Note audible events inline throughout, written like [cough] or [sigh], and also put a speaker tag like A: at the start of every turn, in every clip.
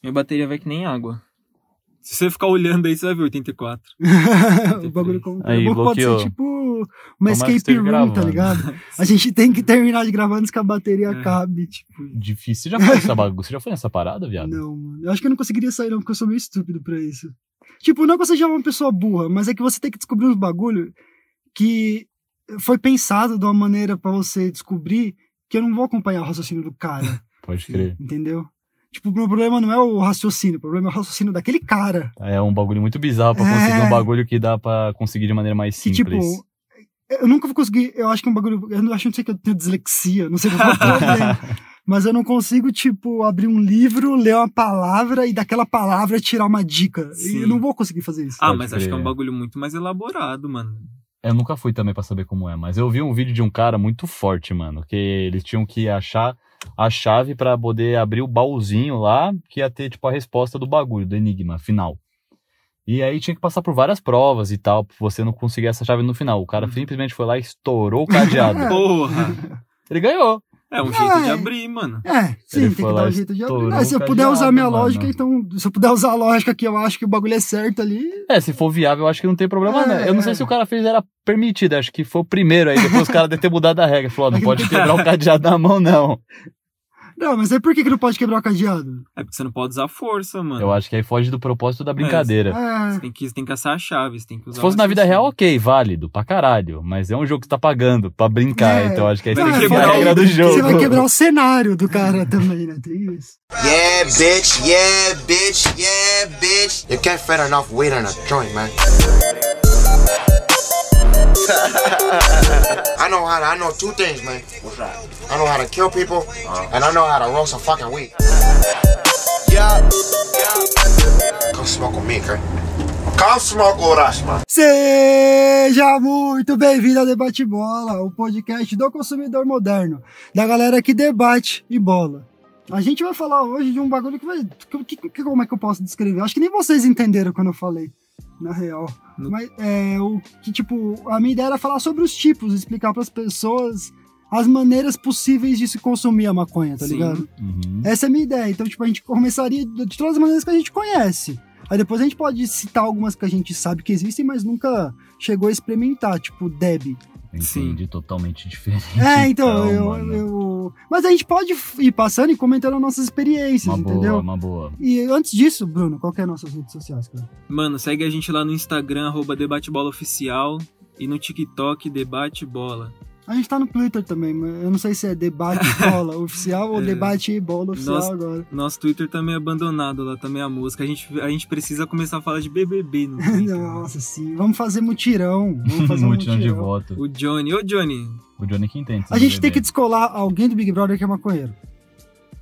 A: Minha bateria vai que nem água. Se você ficar olhando aí, você vai ver 84.
B: [laughs] o bagulho como
C: Aí,
B: o pode ser
C: bloqueou.
B: tipo uma
C: Tomara que
B: escape
C: esteja
B: room, tá
C: gravando.
B: ligado? A gente tem que terminar de gravar antes que a bateria acabe, tipo.
C: Difícil. Você já
B: [laughs]
C: foi nessa bagunça? Você já foi nessa parada, viado?
B: Não, mano. Eu acho que eu não conseguiria sair, não, porque eu sou meio estúpido pra isso. Tipo, não que eu seja uma pessoa burra, mas é que você tem que descobrir uns bagulho que foi pensado de uma maneira pra você descobrir que eu não vou acompanhar o raciocínio do cara,
C: [laughs] Pode crer.
B: entendeu? Tipo, o meu problema não é o raciocínio, o problema é o raciocínio daquele cara.
C: É um bagulho muito bizarro pra conseguir um bagulho que dá pra conseguir de maneira mais
B: É. Que,
C: simples.
B: tipo, eu nunca vou conseguir. Eu acho que é um bagulho. Eu não acho não sei que eu tenho dislexia, não sei qual é o
C: [laughs]
B: problema. Mas eu não consigo, tipo, abrir um livro, ler uma palavra e daquela palavra tirar uma dica. E
A: Sim.
B: eu não vou conseguir fazer isso.
A: Ah,
C: Pode
A: mas acho que é um
C: crer.
A: bagulho muito mais elaborado, mano.
C: Eu nunca fui também pra saber como é, mas eu vi um vídeo de um cara muito forte, mano, que eles tinham que achar a chave pra poder abrir o baúzinho lá, que ia ter tipo a resposta do bagulho, do enigma final. E aí tinha que passar por várias provas e tal, pra você não conseguir essa chave no final. O cara
A: Uhum.
C: simplesmente foi lá e estourou
B: [laughs]
C: o cadeado.
A: Porra!
C: Ele ganhou.
A: É um jeito de
B: é.
A: abrir, mano.
B: É, sim, tem que
C: foi
B: dar
C: lá,
B: um jeito de abrir.
C: estourou
B: Ah, se eu
C: o
B: puder usar a
C: cadeado,
B: minha
C: mano.
B: lógica, então. Se eu puder usar a lógica que eu acho que o bagulho é certo ali.
C: É, se for viável, eu acho que não tem problema,
B: É,
C: né? Eu não sei
B: é.
C: se o cara fez, era permitido, acho que foi o primeiro aí. Depois o cara deve ter mudado a regra. Falou, ó,
B: [laughs]
C: não pode quebrar o cadeado na mão, não.
B: Não, mas aí por que, que não pode quebrar o cadeado?
A: É porque você não pode usar força, mano.
C: Eu acho que aí foge do propósito da brincadeira.
B: É.
A: Você tem que, você tem que caçar a chave, você tem que usar
C: Se fosse
A: o
C: na vida
A: raciocínio.
C: real, ok, válido, pra caralho. Mas é um jogo que você tá pagando pra brincar,
B: É.
C: então acho que aí você
A: Vai
C: tem que quebrar a
A: quebrar
C: regra
A: o-
C: do jogo.
B: Você vai quebrar o cenário do cara também, né? Tem isso.
D: Yeah, bitch. Yeah, bitch. Yeah, bitch.
E: You can't fit enough weight on a joint, man. [laughs] I know how to, I know two things, man. What's that? Uh-huh. I know how to kill people, and I know how to roast a fucking weed.
D: Yeah.
E: Come smoke with me, okay? Come smoke with us, man.
B: Seja muito bem-vindo ao Debate Bola, o podcast do consumidor moderno, da galera que debate e bola. A gente vai falar hoje de um bagulho que vai. que- que- que- como é que eu posso descrever? Acho que nem vocês entenderam quando eu falei, na real.
A: Não.
B: Mas é o que, tipo, a minha ideia era falar sobre os tipos, explicar para as pessoas as maneiras possíveis de se consumir a maconha, tá
A: Sim.
B: ligado?
C: Uhum.
B: Essa é a minha ideia. Então, tipo, a gente começaria de todas as maneiras que a gente conhece. Aí depois a gente pode citar algumas que a gente sabe que existem, mas nunca chegou a experimentar, tipo Deb.
C: Entendi, totalmente diferente.
B: É, então, eu,
C: mano.
B: eu- Mas a gente pode ir passando e comentando as nossas experiências,
C: Uma boa,
B: entendeu?
C: uma boa.
B: E antes disso, Bruno, qual que é as nossas redes sociais, cara?
A: Mano, segue a gente lá no Instagram, arroba Debatebola Oficial. E no TikTok, Debate Bola.
B: A gente tá no Twitter também, mas eu não sei se é
C: [laughs]
B: debate bola oficial ou
A: É.
B: debate bola oficial
A: Nossa.
B: agora. [laughs]
A: Nosso Twitter também é abandonado, lá também é a música. A gente, a gente precisa começar a falar de BBB no Twitter.
B: Nossa, sim. Vamos fazer mutirão.
C: [laughs]
B: Vamos fazer um
C: Mutirão
B: mutirão.
C: de voto.
A: O Johnny. Ô, Johnny.
C: O Johnny que entende.
B: A gente tem que
C: sabe
B: descolar alguém do Big Brother que é maconheiro.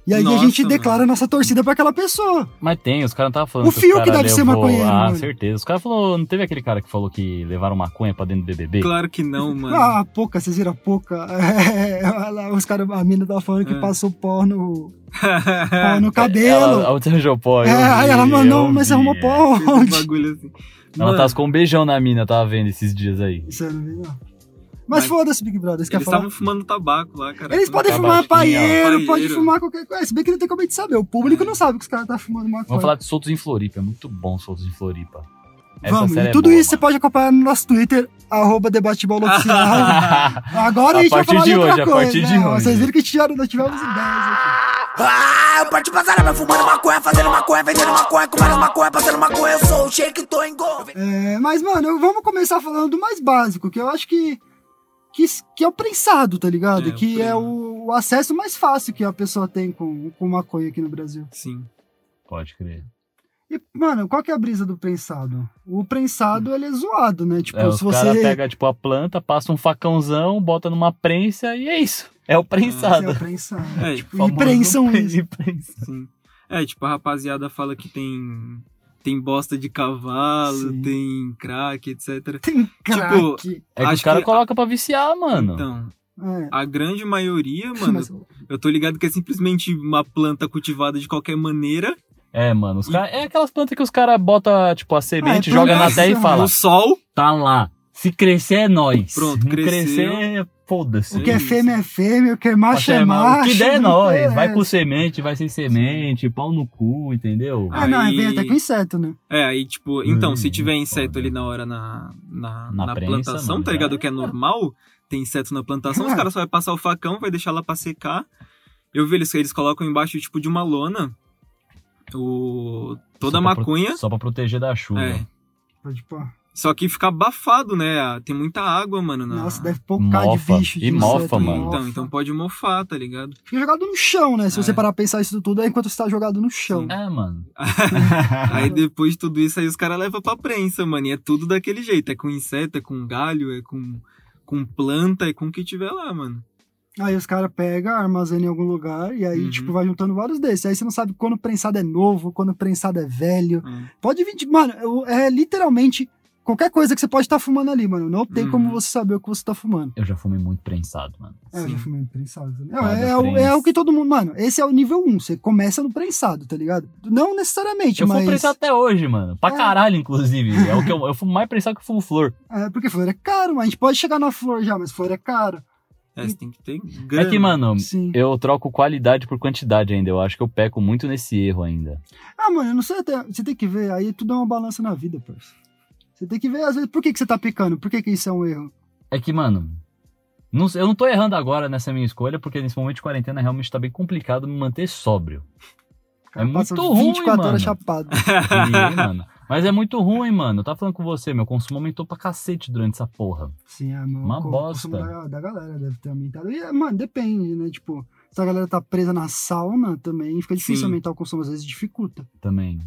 B: E aí a
A: Nossa,
B: gente
A: mano.
B: declara a nossa torcida pra aquela pessoa.
C: beber. Mas tem, os caras não estavam falando.
B: O
C: que os
B: Fiuk
C: cara
B: deve ser
C: levou-
B: maconheiro,
C: Ah,
B: mano.
C: certeza. Os caras falaram, não teve aquele cara que falou que levaram maconha pra dentro do BBB?
A: Claro que não, mano.
B: Ah, pouca, vocês viram a pouca? [laughs] É, ela- os caras, a mina tava falando que
A: É.
B: passou pó no,
A: [laughs]
B: pó no cabelo.
C: Ela, ela desarranjou pó. eu
B: é, aí
C: vi,
B: ela mandou,
C: eu
B: mas você
C: vi,
B: arrumou
C: é.
B: pó
A: Fez um
B: onde?
A: bagulho assim.
C: Ela
A: Mano,
C: tascou um beijão na mina, eu tava vendo esses dias aí.
B: Isso eu não vi, não. Mas
A: Mas-
B: foda-se, Big Brother, você quer
A: eles
B: falar?
A: estavam fumando tabaco lá, cara.
B: Eles podem
C: Tá
B: fumar
C: baixinho, ó.
B: paieiro, pode
A: Paieiro.
B: fumar qualquer coisa. Se bem que não tem como a gente saber, o público não sabe que os caras tá fumando maconha.
C: Vamos falar de Soltos em Floripa. É muito bom Soltos em Floripa. Essa
B: Vamos,
C: série
B: e
C: é
B: tudo
C: boa,
B: isso você pode acompanhar no nosso Twitter, arroba debatebol
C: [laughs]
B: oficial.
C: mano.
B: Agora a,
C: A
B: gente vai
C: partir
B: falar de,
C: de
B: outra
C: hoje, a
B: coisa,
C: partir
B: né?
C: de hoje.
B: Vocês viram que tiveram, nós tivemos ideias aqui.
D: Ah, eu parti pra zaramba, fumando maconha, fazendo maconha, vendendo maconha, comendo maconha, passando maconha. Eu sou o shake, tô em gol.
B: É, mas, mano, eu- vamos começar falando do mais básico, que eu acho que que, que é o prensado, tá ligado?
A: É, o
B: que é
A: prensa.
B: o, o acesso mais fácil que a pessoa tem com, com maconha aqui no Brasil.
A: Sim.
C: Pode crer.
B: E, mano, qual que é a brisa do prensado? O prensado, ele é zoado, né? Tipo,
C: É, os
B: se você... [laughs]
C: caras pegam, tipo, a planta, passa um facãozão, bota numa prensa e é isso. É o
B: Esse É
C: [laughs] prensado.
B: o prensado.
A: É,
B: tipo, e
C: Famoso
B: prensam
C: pren-
B: isso.
C: [laughs] e prensa.
A: Sim. É, tipo, a rapaziada fala que tem tem bosta de cavalo,
B: Sim.
A: tem crack, etc.
B: Tem um craque.
C: É que os
A: Acho
C: caras
A: que-
C: colocam pra viciar, mano.
A: Então,
B: É.
A: a grande
B: [laughs]
A: maioria, Ah, mano,
B: Mas-
A: eu tô ligado que é simplesmente uma planta cultivada de qualquer maneira,
C: É, mano. Os cara... É aquelas plantas que os caras botam, tipo, a
B: Ah,
C: semente,
B: é
C: joga na
B: plantação.
C: terra e fala:
A: no um sol,
C: tá lá. Se crescer é nóis.
A: Pronto,
C: Não
A: cresceu.
C: crescer, Foda-se.
B: O que é
A: Isso.
B: fêmea é fêmea, o que é macho
C: Tá Macho
B: é macho.
C: que der é
B: não
C: nós.
B: interessa.
C: Vai com semente, vai sem semente, pau no cu, entendeu?
B: Ah, não, é
A: Aí-
B: bem até com inseto, né?
A: É, aí, tipo, então,
C: Hum,
A: se tiver inseto
C: foda.
A: ali na hora na, na,
C: Na
A: na
C: prensa,
A: plantação,
C: mano,
A: tá
C: já
A: ligado? Que é normal, tem inseto na plantação, os caras só vai passar o facão, vai deixar ela pra secar. Eu vi eles, eles colocam embaixo, tipo, de uma lona, o, toda a
C: Só pra pro-
A: maconha.
C: Só pra proteger da chuva.
A: É.
B: Pode pôr.
A: Só que fica abafado, né? Ah, Tem muita água, mano. Na...
B: Nossa, deve um poucar
C: Mofa.
B: de bicho. De
C: E
B: inseto,
C: mofa, mano.
A: Então, então pode mofar, tá
C: [laughs]
A: ligado?
B: Fica jogado no chão, né? Se
A: É.
B: você parar pra pensar isso tudo, é enquanto você tá jogado no chão.
A: [laughs]
C: É, mano.
A: Aí depois de tudo isso, aí os caras levam pra prensa, mano. E é tudo daquele jeito. É com inseto, é com galho, é com, com planta, é com o que tiver lá, mano.
B: Aí os caras pegam, armazenam em algum lugar e aí,
A: Uhum.
B: tipo, vai juntando vários desses. Aí você não sabe quando o prensado é novo, quando o prensado é velho.
A: É.
B: Pode vir de. Mano, eu- é literalmente qualquer coisa que você pode estar fumando ali, mano. Não tem
A: Uhum.
B: como você saber o que você tá fumando.
C: Eu já fumei muito prensado, mano.
B: É, eu
A: Sim. Ah,
B: já fumei prensado também.
C: Cada
B: É, é, o- é
C: prensa.
B: o que todo mundo. Mano, esse é o nível 1. Você começa no prensado, tá ligado? Não necessariamente,
C: Eu fumo
B: mas.
C: prensado até hoje, mano. Pra
B: É.
C: caralho, inclusive. É o que eu, eu fumo mais prensado que eu fumo flor.
B: É, porque flor é caro, mas a gente pode chegar na flor já, mas flor é caro.
A: É, você tem que ter grana.
C: É que, mano,
B: Sim.
C: eu troco qualidade por quantidade ainda. Eu acho que eu peco muito nesse erro ainda.
B: Ah, mano, eu não sei até. Você tem que ver, aí tudo é uma balança na vida, parça. Você tem que ver, às vezes, por que, que você tá picando? Por que, que isso é um erro?
C: É que, mano. não sei- eu não tô errando agora nessa minha escolha, porque nesse momento de quarentena realmente tá bem complicado me manter sóbrio.
B: O cara
C: É
B: passa
C: muito ruim,
B: 24 horas
C: mano.
B: chapado.
C: E, mano, Mas é muito ruim, mano. Eu tava falando com você, meu consumo aumentou pra cacete durante essa porra.
B: Sim, é, mano.
C: Uma
B: o consumo
C: bosta.
B: Da, da galera deve ter aumentado. E, é, mano, depende, né? Tipo, se a galera tá presa na sauna também, fica difícil
A: Sim.
B: aumentar o consumo, às vezes dificulta.
C: Também.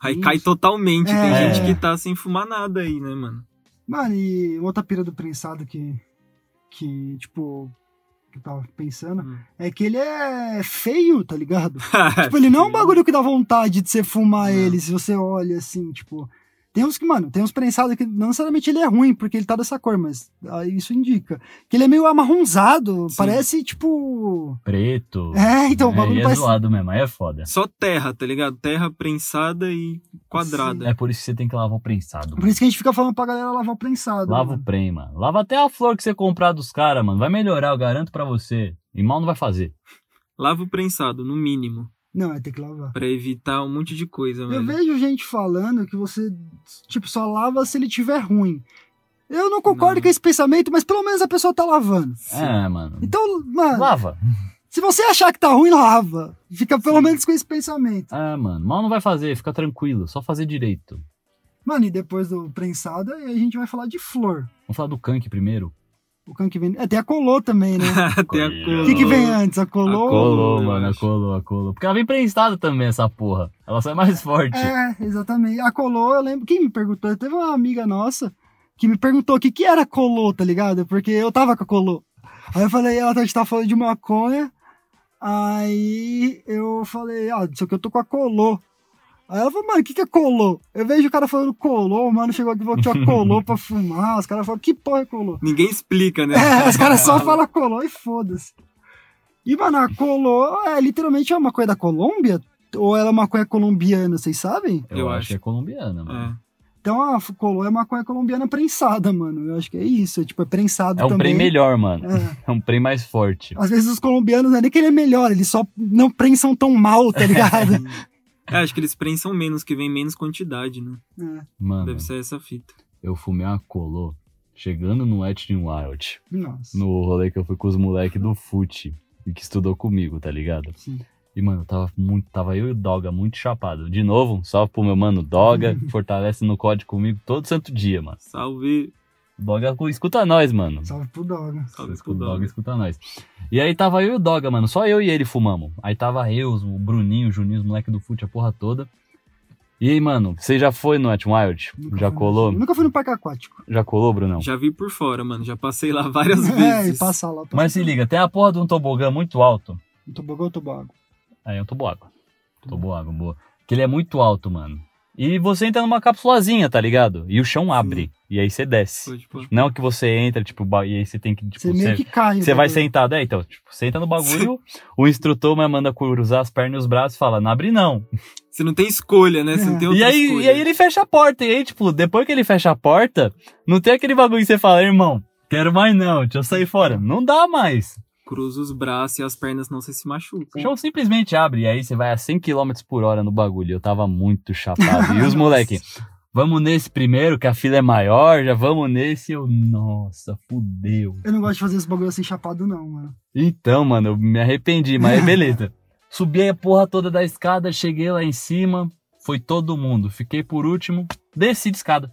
A: Aí cai totalmente. Tem
B: É.
A: gente que tá sem fumar nada aí, né, mano?
B: Mano, e outra pira do prensado que, que tipo, que eu tava pensando,
A: Hum.
B: é que ele é feio, tá ligado? [laughs] Tipo, ele não é um bagulho que dá vontade de você fumar
A: Não.
B: ele, se você olha assim, tipo. Tem uns que, mano, tem uns prensados que não necessariamente ele é ruim, porque ele tá dessa cor, mas ah, isso indica. Que ele é meio amarronzado,
A: Sim.
B: parece tipo.
C: Preto.
B: É, então, o
C: É, e
B: bagulho
C: é
B: parece.
C: zoado mesmo, aí é foda.
A: Só terra, tá ligado? Terra prensada e quadrada.
C: É por isso que você tem que lavar o prensado.
B: Por isso que a gente fica falando pra galera lavar o prensado.
C: Lava o
B: mano.
C: prem, mano. Lava até a flor que você comprar dos caras, mano. Vai melhorar, eu garanto pra você. E mal não vai fazer.
A: Lava o prensado, no mínimo.
B: Não, é ter que lavar.
A: Pra evitar um monte de coisa,
B: Eu
A: velho.
B: vejo gente falando que você, tipo, só lava se ele tiver ruim. Eu não concordo
A: Não.
B: com esse pensamento, mas pelo menos a pessoa tá lavando.
C: É, mano.
B: Então, mano,
C: Lava.
B: se você achar que tá ruim, lava. Fica pelo
A: Sim.
B: menos com esse pensamento.
C: É, mano. Mal não vai fazer, fica tranquilo. Só fazer direito.
B: Mano, e depois do prensado, aí a gente vai falar de flor.
C: Vamos falar do Kank primeiro?
B: O can que vem. É, tem a colô também, né?
A: [laughs] [laughs] Até a
C: Colou.
A: cor.
B: O que, que vem antes? A colô?
A: A
C: Colou,
A: eu
C: mano.
A: acho.
C: Colou, colou. Porque ela vem prensada também, essa porra. Ela sai mais forte.
B: É, exatamente. A colô, eu lembro. Quem me perguntou? Teve uma amiga nossa que me perguntou o que, que era colô, tá ligado? Porque eu tava com a colô. Aí eu falei, ela tá- tá falando de maconha. Aí eu falei, ah, só que eu tô com a colô. Aí ela falou, mano, o que, que é colô? Eu vejo o cara falando colô, o mano, chegou aqui e falou que tinha colô pra fumar. Os caras falam, que porra
A: [laughs]
B: é colô?
A: Ninguém explica, né?
B: [laughs] É, os caras só falam colô e foda-se. E, mano, a colô é literalmente uma coisa da Colômbia? Ou ela é uma coisa colombiana, vocês sabem?
C: Eu,
A: Eu
C: acho
A: acho.
C: que é colombiana,
A: É.
C: mano.
B: Então a f- colô é uma coisa colombiana prensada, mano. Eu acho que é isso. Tipo, é prensado
C: É um
B: também.
C: prem melhor, mano.
B: É.
C: É um prem mais forte.
B: Às vezes os colombianos não é nem que ele é melhor, eles só não prensam tão mal, tá
C: [laughs]
B: ligado?
A: É, acho que eles prensam menos, que vem menos quantidade, né?
B: É.
C: Mano,
A: Deve ser essa fita.
C: eu fumei uma colô chegando no Etnin Wild.
B: Nossa.
C: no rolê que eu fui com os moleques do FUT e que estudou comigo, tá ligado?
B: Sim.
C: E, mano, tava muito. Tava eu e o Doga muito chapado. De novo, um salve pro meu mano Doga, que fortalece no código comigo todo santo dia, mano.
A: Salve,
C: O Doga escuta nós, mano.
B: Salve pro Doga.
A: salve
C: O
A: pro
C: Doga
A: dog.
C: escuta nós. E aí tava eu e o Doga, mano. Só eu e ele fumamos. Aí tava eu, o Bruninho, o Juninho, os moleques do FUT, a porra toda. E aí, mano, você já foi no At Wild?
B: Nunca
C: Já
B: fui no-
C: colou?
B: Nunca fui no parque aquático.
C: Já colou, Brunão?
A: Já vi por fora, mano. Já passei lá várias
B: [laughs] É,
A: vezes.
B: e passar lá. Pra...
C: Mas se liga, tem a porra de um tobogã muito alto.
B: Tobogão ou tobago?
C: Aí é um tubo água. Tubo água, boa. Que ele é muito alto, mano. E você entra numa capsulazinha, tá ligado? E o chão abre. E aí você desce.
A: Pode pôr.
C: Não que você entra, tipo, ba- e aí você tem que, tipo,
B: Você meio
C: você,
B: que cai.
C: você
B: tá
C: vai
B: ligado?
C: sentado. É, então, tipo, você entra no bagulho, o instrutor me manda cruzar as pernas e os braços e fala, não abre não.
A: Você não tem escolha, né? Você
B: [laughs]
A: não tem outra
C: E aí,
A: escolha.
C: e aí ele fecha a porta. E aí, tipo, depois que ele fecha a porta, não tem aquele bagulho que você fala, irmão, Quero mais não, deixa eu sair fora. Não dá mais.
A: Cruza os braços e as pernas não se se
C: O
A: machucam.
C: chão simplesmente abre e aí você vai a 100 km por hora no bagulho. Eu tava muito chapado.
A: [laughs]
C: E os moleque, vamos nesse primeiro, que a fila é maior, já vamos nesse. Eu, nossa, fudeu.
B: Eu não gosto de fazer esse bagulho assim chapado, não, mano. [laughs]
C: Então, mano, eu me arrependi, mas beleza. Subi a porra toda da escada, cheguei lá em cima, foi todo mundo. Fiquei por último, desci de escada.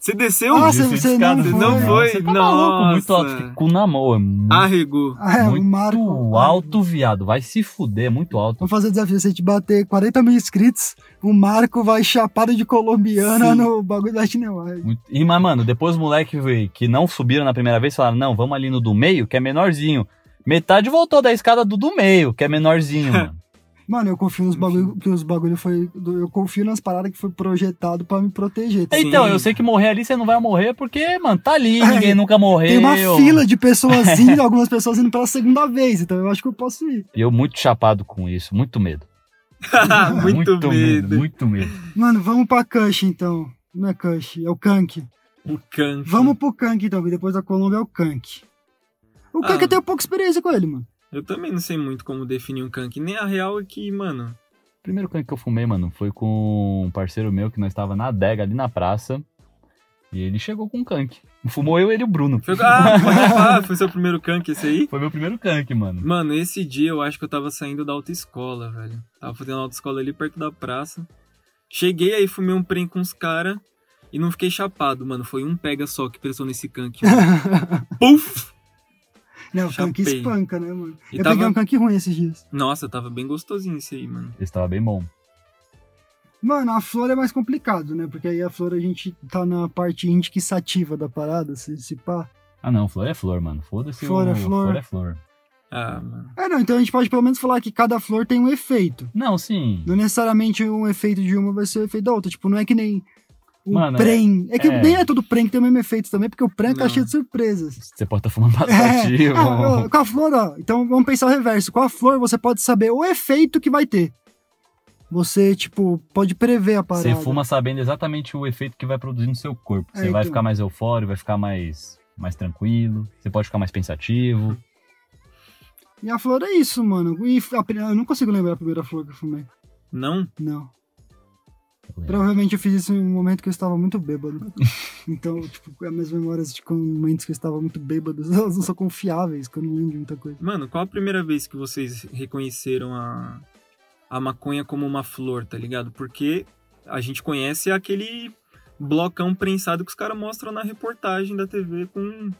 A: Você desceu?
B: Ah, Nossa,
C: Desci de
B: você
C: escada.
B: não Não
A: foi?
C: Você tá maluco, muito
A: Nossa.
C: alto. Fiquei com na mão, é muito,
A: Arregou.
B: [laughs] Ah, é, o
C: muito
B: Marco.
C: alto, viado. Vai se fuder, muito alto.
B: Vamos fazer o desafio. Se a gente bater 40 mil inscritos, o Marco vai chapado de colombiana
A: Sim.
B: no bagulho da Cinewide.
C: Muito- E, mas, mano, depois os moleques que não subiram na primeira vez falaram: não, vamos ali no do meio, que é menorzinho. Metade voltou da escada do do meio, que é menorzinho, [laughs] mano.
B: Mano, eu confio nos bagulho, que os bagulho foi. do- Eu confio nas paradas que foi projetado pra me proteger. tá?
A: Sim.
C: Então, eu sei que morrer ali você não vai morrer porque, mano, tá [laughs] ali,
B: É,
C: ninguém nunca morreu.
B: Tem uma fila
A: [laughs]
B: de pessoas indo, algumas pessoas indo pela segunda vez, então eu acho que eu posso ir.
C: E eu muito chapado com isso, muito medo.
A: muito, medo.
C: Muito medo.
B: Mano, vamos pra Kush então. Não é Kush, é o Kank.
A: O canto.
B: Vamos pro Kank então, que depois da Colômbia é o Kank. O Kank
A: Ah.
B: eu tenho pouca experiência com ele, mano.
A: Eu também não sei muito como definir um kank. Nem a real é que, mano.
C: Primeiro canto que eu fumei, mano, foi com um parceiro meu que nós tava na adega ali na praça. E ele chegou com um canque. Fumou eu, ele e o Bruno. [laughs]
A: Foi, ah, pode falar, foi seu primeiro kank esse aí?
C: Foi meu primeiro canque, mano.
A: Mano, esse dia eu acho que eu tava saindo da autoescola, velho. Tava fazendo autoescola ali perto da praça. Cheguei aí, fumei um prem com os caras e não fiquei chapado, mano. Foi um pega só que pressou nesse kank. mano. Puf!
B: Não, o Kank
A: Chapei.
B: espanca, né, mano?
A: E
B: eu
A: tava-
B: peguei um Kank ruim esses dias.
A: Nossa, tava bem gostosinho esse aí, mano.
C: Esse tava bem bom.
B: Mano, a flor é mais complicado, né? Porque aí a flor a gente tá na parte indicativa da parada, se, se pá.
C: Ah não, flor é flor, mano. Foda-se
B: Flor
C: o...
B: é flor.
C: flor é flor.
A: Ah, mano.
B: É, não, então a gente pode pelo menos falar que cada flor tem um efeito.
C: Não, sim.
B: Não necessariamente um efeito de uma vai ser o efeito da outra. Tipo, não é que nem o
C: Mano,
B: prem. É que
C: é.
B: nem é todo prem que tem o mesmo efeito também, porque o prem é
A: Não.
B: caixinha de surpresas.
C: Você pode estar
B: [laughs]
C: fumando
B: É.
C: bastante.
B: Ah,
C: mano.
B: ó, com a flor, ó. Então vamos pensar o reverso. Com a flor, você pode saber o efeito que vai ter. Você, tipo, pode prever a parada.
C: Você fuma sabendo exatamente o efeito que vai produzir no seu corpo.
B: É,
C: Você vai
B: então.
C: ficar mais eufórico, vai ficar mais, mais tranquilo. Você pode ficar mais pensativo.
B: E a flor é isso, mano. E a pri- eu não consigo lembrar a primeira flor que eu fumei.
A: Não?
B: Não. Provavelmente eu fiz isso em um momento que eu estava
A: [laughs]
B: muito bêbado. então, tipo, as minhas memórias de quando- momentos que eu estava muito bêbado, [laughs] elas não são confiáveis, que eu não lembro de muita coisa.
A: Mano, qual a primeira vez que vocês reconheceram a, a maconha como uma flor, tá ligado? Porque a gente conhece aquele blocão prensado que os caras mostram na reportagem da TV com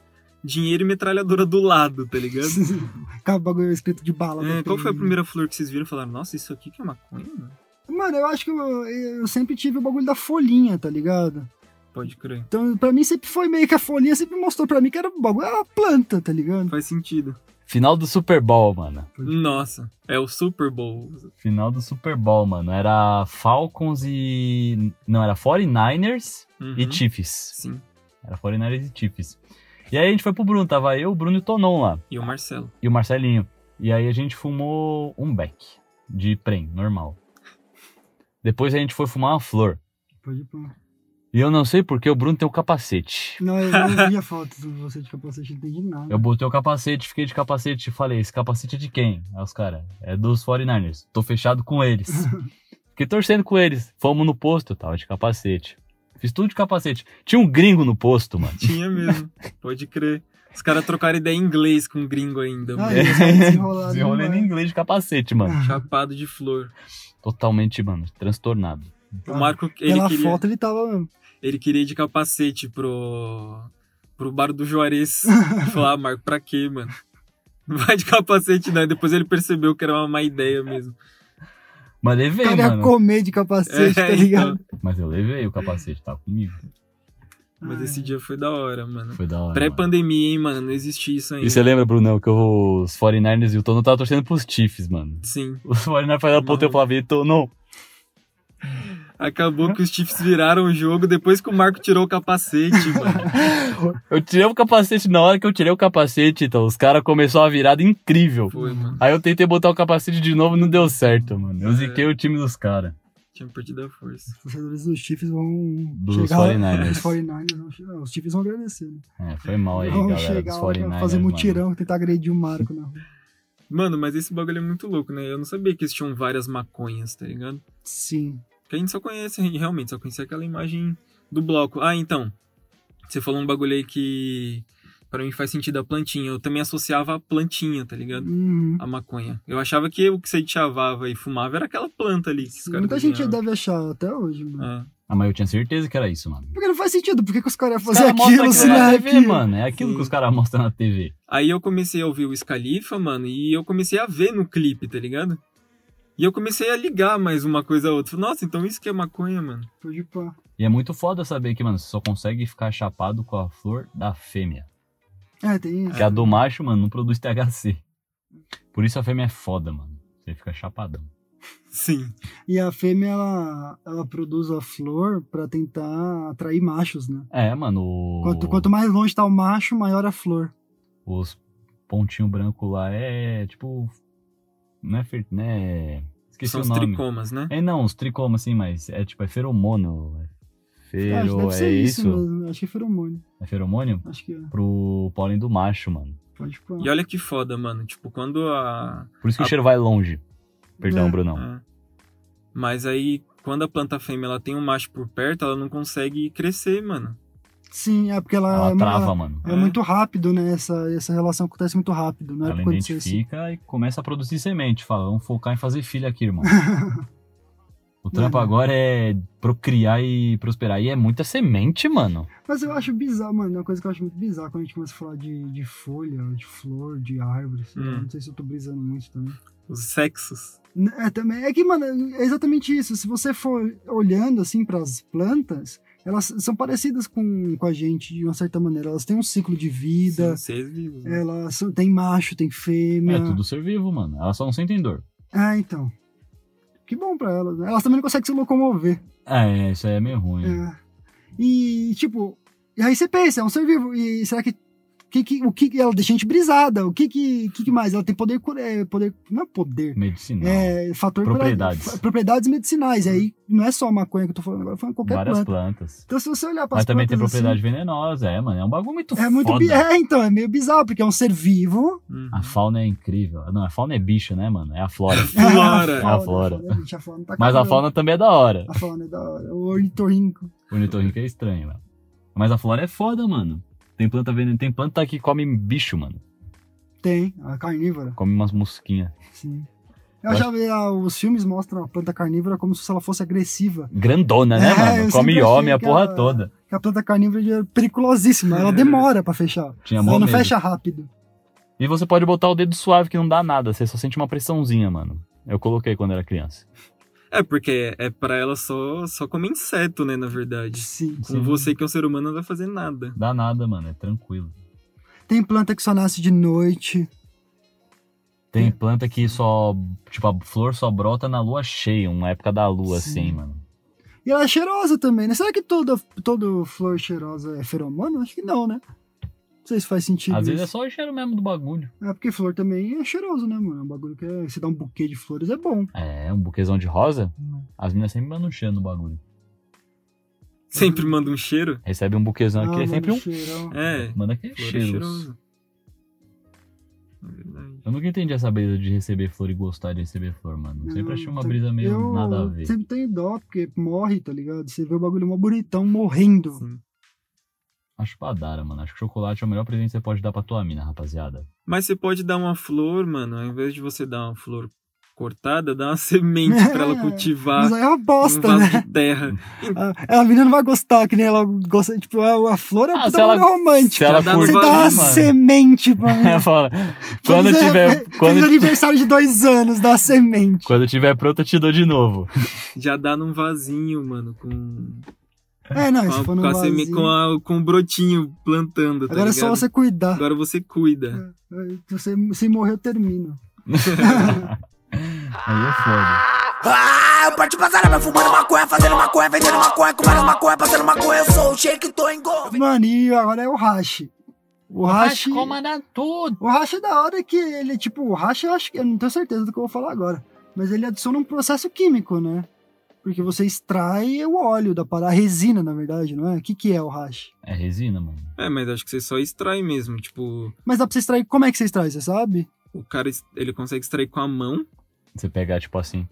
A: dinheiro e metralhadora do lado, tá ligado?
B: [laughs] Acaba o bagulho escrito de bala.
A: É,
B: né?
A: qual foi a primeira flor que vocês viram e falaram, nossa, isso aqui que é maconha? mano?"
B: Mano, eu acho que eu, eu sempre tive o bagulho da folhinha, tá ligado?
A: Pode crer.
B: Então, pra mim sempre foi meio que a folhinha sempre mostrou pra mim que era o bagulho, era uma planta, tá ligado?
A: Faz sentido.
C: Final do Super Bowl, mano.
A: Nossa, é o Super Bowl.
C: Final do Super Bowl, mano. Era Falcons e. Não, era 49ers
A: Uhum.
C: e Chiefs.
A: Sim,
C: Era 49ers e Chiefs. E aí a gente foi pro Bruno. Tava eu, o Bruno e o Tonon lá.
A: e o Marcelo.
C: e o Marcelinho. E aí a gente fumou um beck de prem, normal. Depois a gente foi fumar uma flor.
B: Pode pôr.
C: E eu não sei porque o Bruno tem o capacete.
B: Não,
A: [laughs]
B: eu não vi a foto de você de capacete, não entendi nada.
C: Eu botei o capacete, fiquei de capacete e falei, esse capacete é de quem? Aí os caras, é dos 49ers. Tô fechado com eles. Fiquei torcendo com eles. Fomos no posto, eu tava de capacete. Fiz tudo de capacete. Tinha um gringo no posto, mano.
A: Tinha mesmo, pode crer. Os caras trocaram ideia em inglês com o gringo ainda, mano.
B: Ai, isso é desenrolado
C: Desenrolando em
B: demais.
C: inglês de
A: [laughs]
C: capacete, mano.
A: Chapado de flor.
C: Totalmente, mano, transtornado.
A: O Marco, ele
B: Pela
A: queria,
B: foto ele tava.
A: ele queria ir de capacete pro, pro bar do
B: [laughs]
A: Juarez. Ele falou, ah, Marco, pra quê, mano? Não vai de capacete, não. E depois ele percebeu que era uma má ideia mesmo.
C: Mas
B: O
C: levei,
B: cara ia
C: mano.
B: comer de capacete, tá
A: É,
B: ligado?
A: então.
C: Mas eu levei o capacete, tava comigo.
A: Mas
B: Ai.
A: esse dia foi da hora, mano.
C: Foi da hora. mano.
A: Pré-pandemia, hein, mano? Não existia isso ainda.
C: E você lembra, Brunão, que os 49ers e o Tono tava torcendo pros Chiefs, mano.
A: Sim.
C: Os 49ers falaram pro teu
A: Mano.
C: Flavinho, Tono,
A: Acabou que os Chiefs viraram o jogo depois que o Marco tirou o capacete, mano.
B: [laughs]
C: eu tirei o capacete, na hora que eu tirei o capacete, então, os caras começaram a virada incrível.
A: Foi, mano.
C: Aí eu tentei botar o capacete de novo e não deu certo, mano. Eu ziquei o time dos caras.
A: Tinha perdido a força.
B: Os torcedores dos Chiefs vão
C: Dos
B: chegar.
C: 49ers.
B: Os 49ers vão chegar. Os Chiefs vão agradecer. Né?
C: É, foi mal aí,
B: vão
C: galera
B: chegar lá
C: dos
B: pra
C: 49ers.
B: fazer
C: mano.
B: mutirão, tentar agredir o Marco na rua.
A: Mano, mas esse bagulho é muito louco, né? Eu não sabia que eles tinham várias maconhas, tá ligado?
B: Sim.
A: Que a gente só conhece, realmente, só conhecia aquela imagem do bloco. Ah, então. Você falou um bagulho aí que pra mim faz sentido a plantinha. Eu também associava a plantinha, tá ligado?
B: Uhum.
A: A maconha. Eu achava que o que você chavava e fumava era aquela planta ali que os caras.
B: Muita gente
A: cozinhavam.
B: deve achar até hoje, mano.
A: É.
C: Ah, mas eu tinha certeza que era isso, mano.
B: Porque não faz sentido. Por que, que os caras iam
C: Os
B: fazer
C: caras mostram
B: aquilo se não é
C: na TV,
B: aquilo?
C: mano. É aquilo
A: Sim.
C: que os caras mostram na TV.
A: Aí eu comecei a ouvir o Scalifa, mano, e eu comecei a ver no clipe, tá ligado? E eu comecei a ligar mais uma coisa a outra. Falei, Nossa, então isso que é maconha, mano.
B: Pode pá.
C: E é muito foda saber que, mano, você só consegue ficar chapado com a flor da fêmea.
B: É, tem isso.
C: Que a do macho, mano, não produz THC. Por isso a fêmea é foda, mano. Você fica chapadão.
A: Sim.
B: E a fêmea, ela, ela produz a flor pra tentar atrair machos, né?
C: É, mano. o-
B: Quanto, quanto mais longe tá o macho, maior a flor.
C: Os pontinhos brancos lá é tipo. Não é. fer- Né? Esqueci
A: São
C: o
A: os
C: nome.
A: tricomas, né?
C: É, não, os tricomas assim, mas é tipo, é feromônio. É
B: Ah, acho que
C: fero,
B: deve
C: é
B: ser
C: isso?
B: isso, mesmo. Acho que é feromônio.
C: É feromônio?
B: Acho que é.
C: Pro pólen do macho, mano.
B: Pode pá.
A: E olha que foda, mano. Tipo, quando a.
C: Por isso que
A: Ah.
C: o cheiro vai longe. Perdão,
B: É.
C: Brunão.
A: a- Mas aí, quando a planta fêmea ela tem um macho por perto, ela não consegue crescer, mano.
B: Sim, é porque ela,
C: Ela
B: é, mu-
C: trava,
B: ela-
C: mano.
B: é muito rápido, né? Essa, essa relação acontece muito rápido, né?
C: Ela
B: Quando você-
C: identifica e começa a produzir semente. Fala, vamos focar em fazer filho
B: [laughs]
C: aqui, irmão. O trampo
B: Mano.
C: agora é procriar e prosperar. E é muita semente, mano.
B: Mas eu acho bizarro, mano. é Uma coisa que eu acho muito bizarro quando a gente começa a falar de, de folha, de flor, de árvore. sei lá.
A: Hum.
B: Não sei se eu tô brisando muito também.
A: Os sexos.
B: N- É, também. É que, mano, é exatamente isso. Se você for olhando assim para as plantas, elas são parecidas com, com a gente de uma certa maneira. Elas têm um ciclo de vida,
A: Sim, seres vivos. né?
B: elas são- têm macho, tem fêmea.
C: É tudo ser vivo, mano. Elas só não sentem dor.
B: Ah, então. Que bom pra elas, né? Elas também não conseguem se locomover.
C: Ah, é, isso aí é meio ruim.
B: É. E, tipo, e aí você pensa, é um ser vivo. E será que. que, que o que que- ela deixa a gente brisada? O que que, que, que mais? Ela tem poder, cura- é, poder. Não é poder.
C: Medicinal.
B: É, fator cura-
C: Propriedades.
B: fa- propriedades medicinais. E aí não é só a maconha que eu tô falando agora, eu tô falando qualquer
C: Várias
B: planta.
C: plantas.
B: Então, se você olhar para
C: Mas
B: as
C: também tem
B: é plantas,
C: propriedade venenosa, é, mano. É um bagulho muito
B: assim, é muito
C: foda.
B: bi- É, então, é meio bizarro, porque é um ser vivo.
A: Uhum.
C: A fauna é incrível. Não, a fauna é bicho, né, mano? É a
B: [laughs]
C: flora.
A: Flora.
C: É A flora.
B: A flora, gente, a flora não tá
C: Mas a
B: acabando.
C: fauna também é da hora.
B: A fauna é da hora. O ornitorrinco.
C: O ornitorrinco é estranho, mano. Mas a flora é foda, mano. Tem planta veneno, tem planta que come bicho, mano.
B: Tem, a carnívora.
C: Come umas mosquinhas.
B: Sim. Eu já vi, ah, os filmes mostram a planta carnívora como se ela fosse agressiva.
C: Grandona, né,
B: É, eu
C: mano? Come
B: sempre
C: homem,
B: achei
C: a
B: que
C: porra
B: ela-
C: toda.
B: Que a planta carnívora é perigosíssima.
C: É.
B: Ela demora pra fechar.
C: Tinha mó
B: ela não
C: medo.
B: fecha rápido.
C: E você pode botar o dedo suave que não dá nada, você só sente uma pressãozinha, mano. Eu coloquei quando era criança.
A: É, porque é pra ela só, só comer inseto, né, na verdade.
B: Sim.
A: Com você que é um ser humano não vai fazer nada.
C: Dá nada, mano, é tranquilo.
B: Tem planta que só nasce de noite.
C: Tem planta que só. Tipo, a flor só brota na lua cheia, uma época da lua,
B: Sim.
C: assim, mano.
B: E ela é cheirosa também, né? Será que toda, toda flor cheirosa é feromônio? Acho que não, né? Não sei se faz sentido
C: Às
B: isso.
C: vezes é só o cheiro mesmo do bagulho.
B: É porque flor também é cheiroso, né, mano? É um bagulho que é, você dá um buquê de flores é bom.
C: É, um buquezão de rosa,
B: Hum.
C: as minas sempre mandam um cheiro no bagulho.
A: Sempre
B: Uhum.
A: manda um cheiro.
C: Recebe um buquezão aqui, é
B: Ah, mano,
C: sempre um.
B: cheirão.
A: É,
C: Manda aquele
A: flor é
C: cheiro.
A: cheiroso. É verdade.
C: Eu nunca entendi essa brisa de receber flor e gostar de receber flor, mano. Eu sempre
B: Não,
C: achei uma
B: tá-
C: brisa meio
B: eu
C: nada a ver.
B: sempre tenho dó, porque morre, tá ligado? Você vê o bagulho mó bonitão morrendo.
A: Sim.
C: Acho padara, mano. Acho que chocolate é o melhor presente que você pode dar pra tua mina, rapaziada.
A: Mas você pode dar uma flor, mano, ao invés de você dar uma flor cortada, dá uma [laughs] semente pra
B: [laughs]
A: ela cultivar
B: Mas aí é uma
A: num
B: bosta,
A: vaso
B: né?
A: de terra.
B: A, a menina não vai gostar, que nem ela gosta. Tipo, a, a flor é
C: Ah,
B: um
C: se
B: puta
C: ela-
B: bagulho romântico.
C: Se ela
A: dá no
B: Você
C: curtir, né,
B: dá
A: valor,
B: uma
A: mano.
B: semente pra mim.
C: [laughs] Ela fala, quando
B: Feliz
C: tiver,
B: anive-
C: quando,
B: Feliz aniversário de dois anos, dá a semente.
C: quando tiver pronto, eu te dou de novo.
A: Já dá num vasinho, mano, com,
B: É, não,
A: com,
B: isso
A: a,
B: foi
A: com,
B: no
A: a seme-
B: vazio.
A: com, a- com o brotinho plantando, tá
B: Agora é só
A: ligado?
B: você cuidar.
A: Agora você cuida.
B: Você, se morrer, eu termino.
C: Aí é foda.
D: Ah, eu parti pra zaraba fumando maconha, fazendo maconha, vendendo maconha, comendo maconha, passando maconha. Eu sou o shake, tô em gol.
B: Mano, e agora é o Hashi. O Hashi.
C: tudo.
B: O Hashi é da hora que ele, tipo, o Hashi, eu acho que. Eu não tenho certeza do que eu vou falar agora. Mas ele adiciona um processo químico, né? Porque você extrai o óleo da parada, a resina, na verdade, não é? O que, que é o hash?
C: É resina, mano.
A: É, mas acho que você só extrai mesmo. Tipo,
B: Mas dá pra você extrair. Como é que você extrai, você sabe?
A: o cara es- ele consegue extrair com a mão.
C: Você pegar, tipo assim.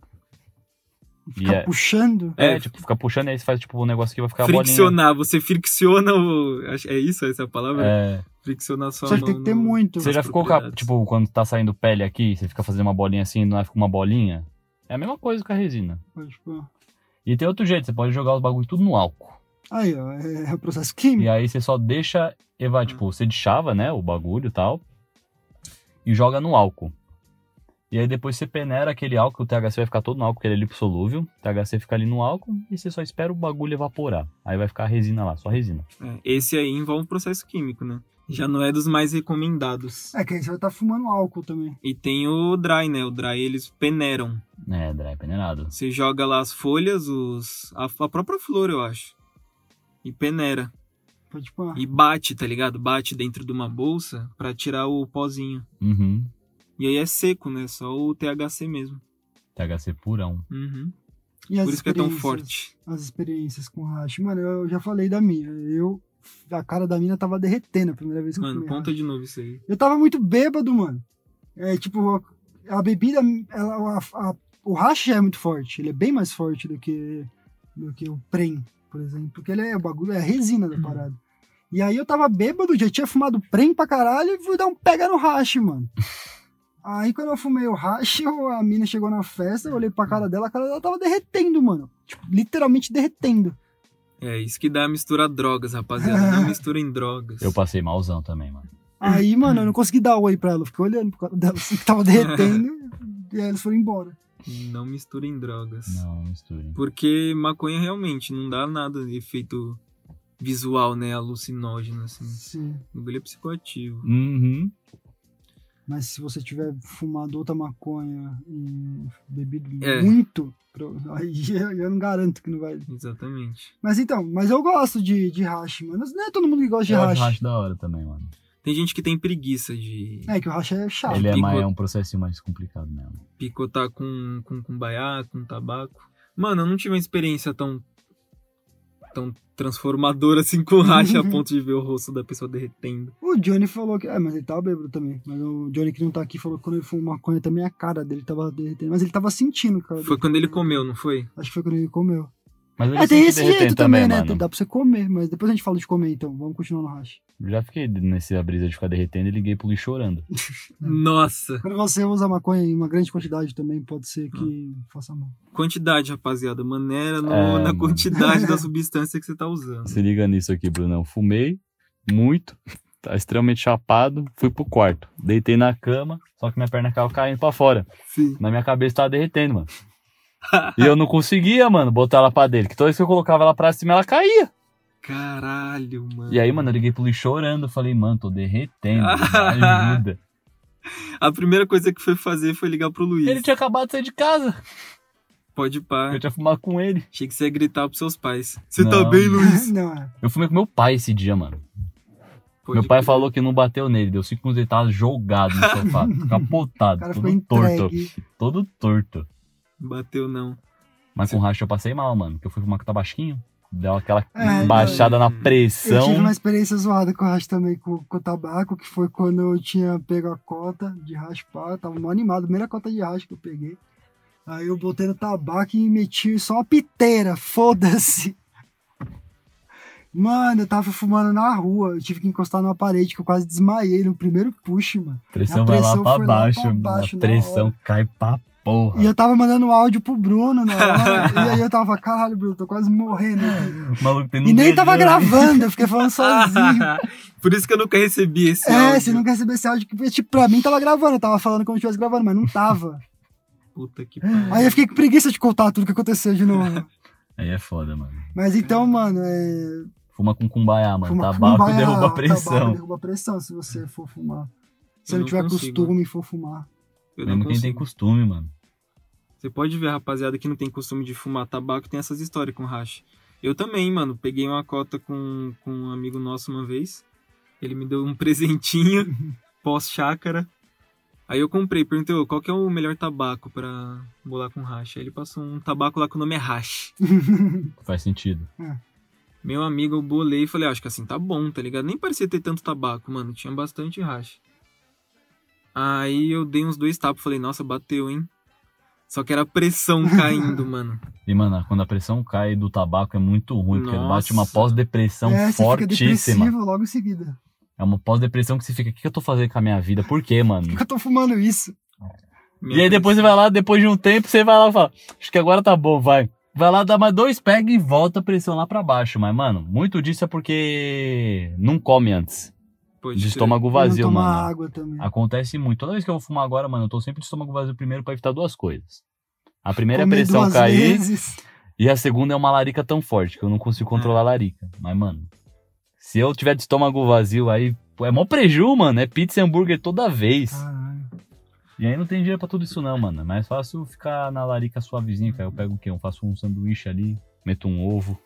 B: Ficar
C: Yeah.
B: puxando.
C: É,
A: É,
C: tipo, fica puxando e aí você faz, tipo, um negócio que vai ficar a bolinha.
A: friccionar. Você fricciona o. acho- É isso essa é a palavra?
C: É,
A: Friccionar sua
B: Só que
A: mão.
B: tem que ter
A: no-
B: muito.
A: Você
C: você já
A: as
C: ficou, com a,
A: propriedades.
C: tipo, quando tá saindo pele aqui, você fica fazendo uma bolinha assim, não é? Fica uma bolinha. É a mesma coisa com a resina.
B: Mas, tipo,
C: E tem outro jeito, você pode jogar os bagulhos tudo no álcool.
B: Aí, ó, é o processo
C: E
B: químico.
C: aí você só deixa eva, tipo, você deixava, né, o bagulho e tal, e joga no álcool. E aí depois você peneira aquele álcool, o THC vai ficar todo no álcool, porque ele é lipossolúvel, o THC fica ali no álcool, e você só espera o bagulho evaporar. Aí vai ficar a resina lá, só resina.
A: É, esse aí envolve um processo químico, né? Já não é dos mais recomendados.
B: É que aí você vai estar fumando álcool também.
A: E tem o dry, né? O dry eles peneiram.
C: É, dry peneirado.
A: Você joga lá as folhas, os a, a própria flor, eu acho. E peneira.
B: Pode, tipo,
A: E bate, tá ligado? Bate dentro de uma bolsa pra tirar o pozinho.
C: Uhum.
A: E aí é seco, né? Só o THC mesmo.
C: THC purão.
A: Uhum.
B: e as
A: Por isso que é tão
B: experiências?
A: forte.
B: As experiências com hash. Mano, eu já falei da minha. Eu. A cara da mina tava derretendo a primeira vez que eu
A: Mano,
B: fumei
A: conta de novo isso aí.
B: Eu tava muito bêbado, mano. É, tipo, a, a bebida, ela, a- a- o hash é muito forte. Ele é bem mais forte do que, do que o prem, por exemplo. Porque ele é, o bagulho é a resina da
A: Uhum.
B: parada. E aí eu tava bêbado, já tinha fumado prem pra caralho e fui dar um pega no hash, mano. Aí quando eu fumei o hash, eu- a mina chegou na festa, eu olhei pra cara dela, a cara dela tava derretendo, mano. Tipo, literalmente derretendo.
A: É, isso que dá misturar drogas, rapaziada. Não misturem drogas.
C: Eu passei malzão também, mano.
B: Aí, mano, eu não consegui dar oi pra ela, eu fiquei olhando pro cara dela, assim, que tava derretendo, e aí eles foram embora.
A: Não misturem drogas.
C: Não, misture.
A: Porque maconha realmente não dá nada de efeito visual, né? Alucinógeno, assim.
B: Sim.
A: O bagulho é psicoativo.
C: Uhum.
B: Mas se você tiver fumado outra maconha e bebido
A: É.
B: muito, pro- aí [laughs] eu, eu não garanto que não vai.
A: Exatamente.
B: Mas então, mas eu gosto de, de hash, mano. Não é todo mundo que gosta de
C: Eu acho
B: hash.
C: hash da hora também, mano.
A: Tem gente que tem preguiça de
B: É que o hash é chato.
C: Ele é,
A: pico-
C: mais, é um processinho mais complicado mesmo.
A: picotar com, com, com baiá, com tabaco. Mano, eu não tive uma experiência tão. tão transformadora assim com racha a ponto de ver o rosto da pessoa derretendo.
B: O Johnny falou que. É, mas ele tava bêbado também. Mas o Johnny que não tá aqui falou que quando ele fumou maconha também a cara dele tava derretendo. Mas ele tava sentindo, cara.
A: Foi quando ele comeu, não foi?
B: Acho que foi quando ele comeu.
C: Mas ele
B: é, tem
C: sente
B: esse
C: derreter
B: jeito também, né?
C: mano.
B: Dá pra você comer, mas depois a gente fala de comer, então. Vamos continuar no hash.
C: Já fiquei nessa brisa de ficar derretendo e liguei pro Gui chorando.
A: Nossa!
B: Quando você usa maconha em uma grande quantidade também, pode ser que
C: Hum.
B: faça mal.
A: Quantidade, rapaziada. Maneira no-
C: É,
A: na
C: mano.
A: quantidade da substância que você tá usando.
C: Se liga nisso aqui, Brunão. Fumei muito, tá extremamente chapado, fui pro quarto. Deitei na cama, só que minha perna caiu caindo pra fora.
A: Sim.
C: Na minha cabeça tava derretendo, mano. e eu não conseguia, mano, botar ela pra dentro. Que toda vez que eu colocava ela pra cima, ela caía.
A: Caralho, mano.
C: E aí, mano, eu liguei pro Li chorando. Falei, mano, tô derretendo. me
B: [laughs]
C: ajuda.
A: A primeira coisa que foi fazer foi ligar pro Luiz.
C: Ele tinha acabado de sair de casa.
A: Pode
C: Eu
A: pá.
C: tinha fumado com ele.
A: Achei que você ia gritar pros seus pais. Você tá
C: Não.
A: bem, Luiz?
B: [laughs] Não, é.
C: Eu fumei com meu pai esse dia, mano.
A: Pode
C: meu pai
A: crer.
C: falou que não bateu nele. Deu cinco minutos, ele tava jogado no
B: [laughs]
C: sofá.
B: O
C: capotado,
B: cara ficou
C: todo torto.
B: entregue.
C: Todo torto.
A: Bateu não.
C: Mas com racha eu passei mal, mano. Porque eu fui fumar com tabasquinho. tá Deu aquela
B: É,
C: baixada na
B: Eu tive
C: pressão.
B: uma experiência zoada com hash também, com, com tabaco, que foi quando eu tinha pego a cota de raspar, eu tava mal animado, primeira cota de hash que eu peguei. Aí eu botei no tabaco e meti só uma piteira, foda-se. Mano, eu tava fumando na rua, eu tive que encostar numa parede que eu quase desmaiei no primeiro push, mano.
C: Pressão,
B: a pressão
C: vai lá
B: foi
C: pra
B: lá pra
C: baixo. mano.
B: baixo
C: a
B: na
C: pressão cai pra porra.
B: E eu tava mandando áudio pro Bruno na hora, e aí eu tava, caralho, Bruno, tô quase morrendo. aqui."
C: O maluco tem
B: E nem tava
C: beijão.
B: gravando, eu fiquei falando sozinho.
A: [laughs] Por isso que eu nunca recebi esse
B: É,
A: áudio.
B: você não quer saber esse áudio. que, Tipo, pra mim tava gravando, eu tava falando como se tivesse gravando, mas
A: [laughs]
B: não tava.
A: Puta que pariu.
B: Aí eu fiquei com preguiça de contar tudo que aconteceu de novo.
C: Aí é foda, mano.
B: Mas então, mano, é.
C: Fuma com cumbaiá, mano.
B: fumar-
C: Tabaco
B: fumar é-
C: derruba a
B: Tabaco
C: pressão.
B: derruba a pressão se você for fumar. Se
A: Eu
B: não
A: não
B: tiver
A: consigo.
B: costume e for fumar.
A: Eu não
C: Mesmo quem tem
A: consigo.
C: costume, mano.
A: Você pode ver, rapaziada, que não tem costume de fumar tabaco, tem essas histórias com racha. Eu também, mano. Peguei uma cota com, com um [laughs] amigo nosso uma vez. Ele me deu um presentinho pós-chácara. Aí eu comprei, perguntei, "Ô, qual que é o melhor tabaco pra bolar com hash? Aí ele passou um tabaco lá que o nome é hash.
C: Faz sentido.
A: Meu amigo, eu bolei e falei, "Ah, acho que assim tá bom, tá ligado? Nem parecia ter tanto tabaco, mano. Tinha bastante racha. Aí eu dei uns dois tapas, falei, nossa, bateu, hein? Só que era a
C: [laughs]
A: pressão caindo, mano.
C: E, mano, quando a pressão cai do tabaco é muito ruim, porque ele bate uma
A: Nossa.
C: pós-depressão
B: é, você fica
C: Então, fortíssima.
B: depressivo logo em seguida.
C: É uma pós-depressão que você fica, o que que eu tô fazendo com a minha vida? Por quê, mano?
B: Por que eu tô fumando isso?
C: E aí depois você vai lá, depois de um tempo, você vai lá e fala, acho que agora tá bom, vai. Vai lá, dá mais dois pega e volta a pressão lá pra baixo. Mas, mano, muito disso é porque não come antes.
A: Pode
C: De
A: crer.
C: estômago
B: Pra não
C: vazio,
B: tomar
C: mano.
B: água também.
C: Acontece muito. Toda vez que eu vou fumar agora, mano, eu tô sempre de estômago vazio primeiro pra evitar duas coisas. A primeira é a
B: Comer
C: pressão
B: duas
C: cair
B: vezes.
C: e a segunda é uma larica tão forte que eu não
A: É.
C: consigo controlar a larica. Mas, mano, se eu tiver de estômago vazio, aí pô, é mó preju, mano. É pizza e hambúrguer toda vez.
B: Caralho.
C: E aí não tem dinheiro pra tudo isso não, mano. É mais fácil ficar na larica suavezinha, cara. Eu pego o quê? Eu faço um sanduíche ali, meto
B: [laughs]
C: um ovo.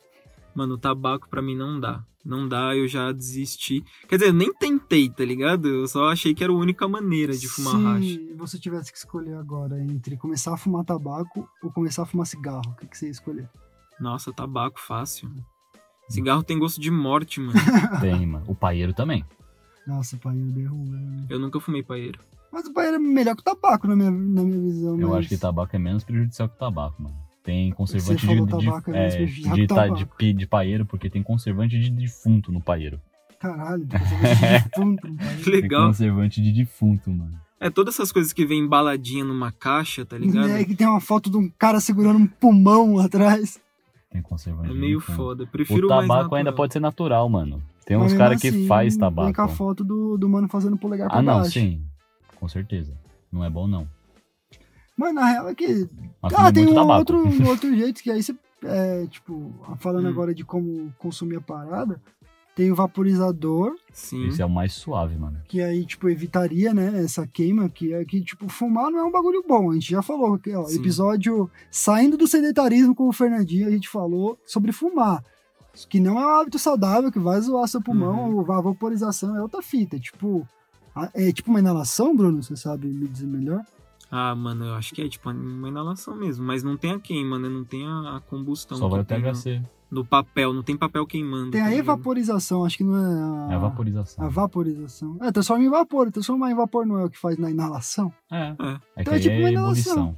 A: Mano, tabaco pra mim não dá. Não dá, eu já desisti. Quer dizer, eu nem tentei, tá ligado? Eu só achei que era a única maneira de fumar hash.
B: Se você tivesse que escolher agora entre começar a fumar tabaco ou começar a fumar cigarro, o que, que você ia escolher?
A: Nossa, tabaco fácil. Cigarro tem gosto de morte,
C: [laughs]
A: mano.
C: Tem, mano. O paieiro também.
B: Nossa, o paeiro derruba. né?
A: Eu nunca fumei paeiro.
B: Mas o paeiro é melhor que o tabaco, na minha, na minha visão.
C: Eu
B: mas-
C: acho que tabaco é menos prejudicial que tabaco, mano. Tem conservante de,
B: falou
C: de,
B: tabaco é menos
C: é,
B: prejudicial
C: de,
B: que
C: ta- de,
B: tabaco.
C: pi- de paieiro, porque tem conservante de defunto no paieiro.
B: Caralho, você vai
C: [laughs]
B: de fundo no paeiro.
A: Que
C: Tem
A: legal.
C: conservante de defunto, mano.
A: É todas essas coisas que vem embaladinha numa caixa, tá ligado?
B: É, que tem uma foto de um cara segurando um pulmão atrás.
C: Tem conservante
A: É
C: de
A: meio
C: defunto.
A: foda.
C: O
A: Prefiro mais
C: tabaco ainda
A: natural.
C: pode ser natural, mano. Tem
B: Mas
C: uns
B: mesmo
C: caras que
B: assim,
C: faz
B: Vem com a
C: tabaco.
B: foto do, do mano fazendo polegar pra
C: Ah, não,
B: baixo.
C: sim. Com certeza. Não é bom, não.
B: Mas na real é que.
C: Mas
B: ah,
C: fumo
B: tem
C: muito
B: um
C: tabaco.
B: outro,
C: [laughs]
B: um outro jeito que aí você. É, tipo, falando
A: Hum.
B: agora de como consumir a parada, tem o vaporizador,
A: Sim.
C: Esse é o mais suave, mano.
B: que aí, tipo, evitaria, né, essa queima, que é que, tipo, fumar não é um bagulho bom. A gente já falou aqui, ó,
A: Sim.
B: episódio Saindo do Sedentarismo com o Fernandinho, a gente falou sobre fumar. Que não é um hábito saudável, que vai zoar seu
C: Uhum.
B: pulmão, a vaporização é outra fita. Tipo, a- é tipo uma inalação, Bruno, você sabe me dizer melhor?
A: Ah, mano, eu acho que é tipo uma inalação mesmo. Mas não tem a queima, né? Não tem a, a combustão.
C: Só
A: que
C: vai assim. o
A: tem no-
C: THC.
A: No papel, não tem papel queimando.
B: Tem
A: tá
B: a
A: ligado?
B: evaporização, acho que não é
C: Uhum.
B: a,
C: É a
B: a
C: vaporização.
B: vaporização. É, transforma em vapor, transformar em vapor não é o que faz na inalação.
C: É. É que
B: Então é
C: aí
B: tipo uma
C: é
B: inalação.
C: ebulição.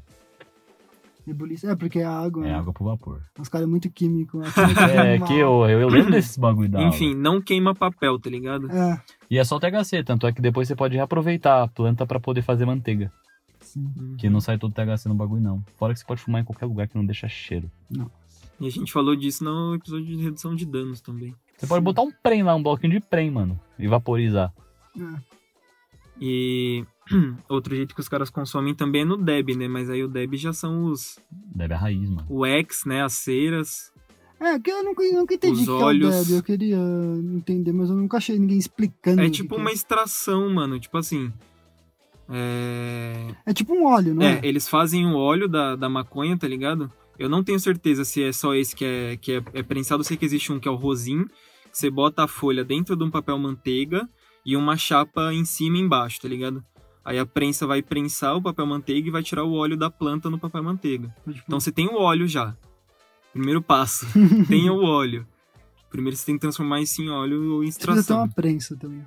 B: Ebulição. É, porque é água,
C: É
B: né?
C: água
B: [laughs]
C: pro vapor.
B: Os caras é muito químico.
C: [laughs]
B: né?
C: É que eu, eu
B: [coughs]
C: lembro desses bagulho da aula.
A: Enfim, não queima papel, tá ligado?
B: É,
C: E é só o THC, tanto é que depois você pode reaproveitar a planta pra poder fazer manteiga.
B: sim.
A: Hum.
C: Que não sai todo THC no bagulho, não. Fora que você pode fumar em qualquer lugar que não deixa cheiro.
A: E a gente falou disso no episódio de redução de danos também.
C: Você pode botar um prem lá, um bloquinho de prem, mano. E vaporizar.
B: É.
A: E [clears throat] outro jeito que os caras consomem também é no Deb, né? Mas aí o Deb já são os
C: Deve a raiz, mano.
A: o ex, né? As ceras.
B: É, que eu nunca, eu nunca entendi
A: Os
B: o que
A: olhos.
B: é o Deb. Eu queria entender, mas eu nunca achei ninguém explicando. o
A: É
B: que
A: tipo
B: que
A: uma extração, mano. Tipo assim. É...
B: é. É tipo um óleo, não é?
A: é, eles fazem o óleo da, da maconha, tá ligado? Eu não tenho certeza se é só esse que é, que é, é prensado. Eu sei que existe um que é o rosin. que Você bota a folha dentro de um papel manteiga e uma chapa em cima e embaixo, tá ligado? Aí a prensa vai prensar o papel manteiga e vai tirar o óleo da planta no papel manteiga.
B: Tipo,
A: Então você tem o óleo já. Primeiro
B: [laughs]
A: passo, tenha o óleo. Primeiro você tem que transformar isso em óleo ou em
B: você precisa ter
A: extração.
B: uma prensa também.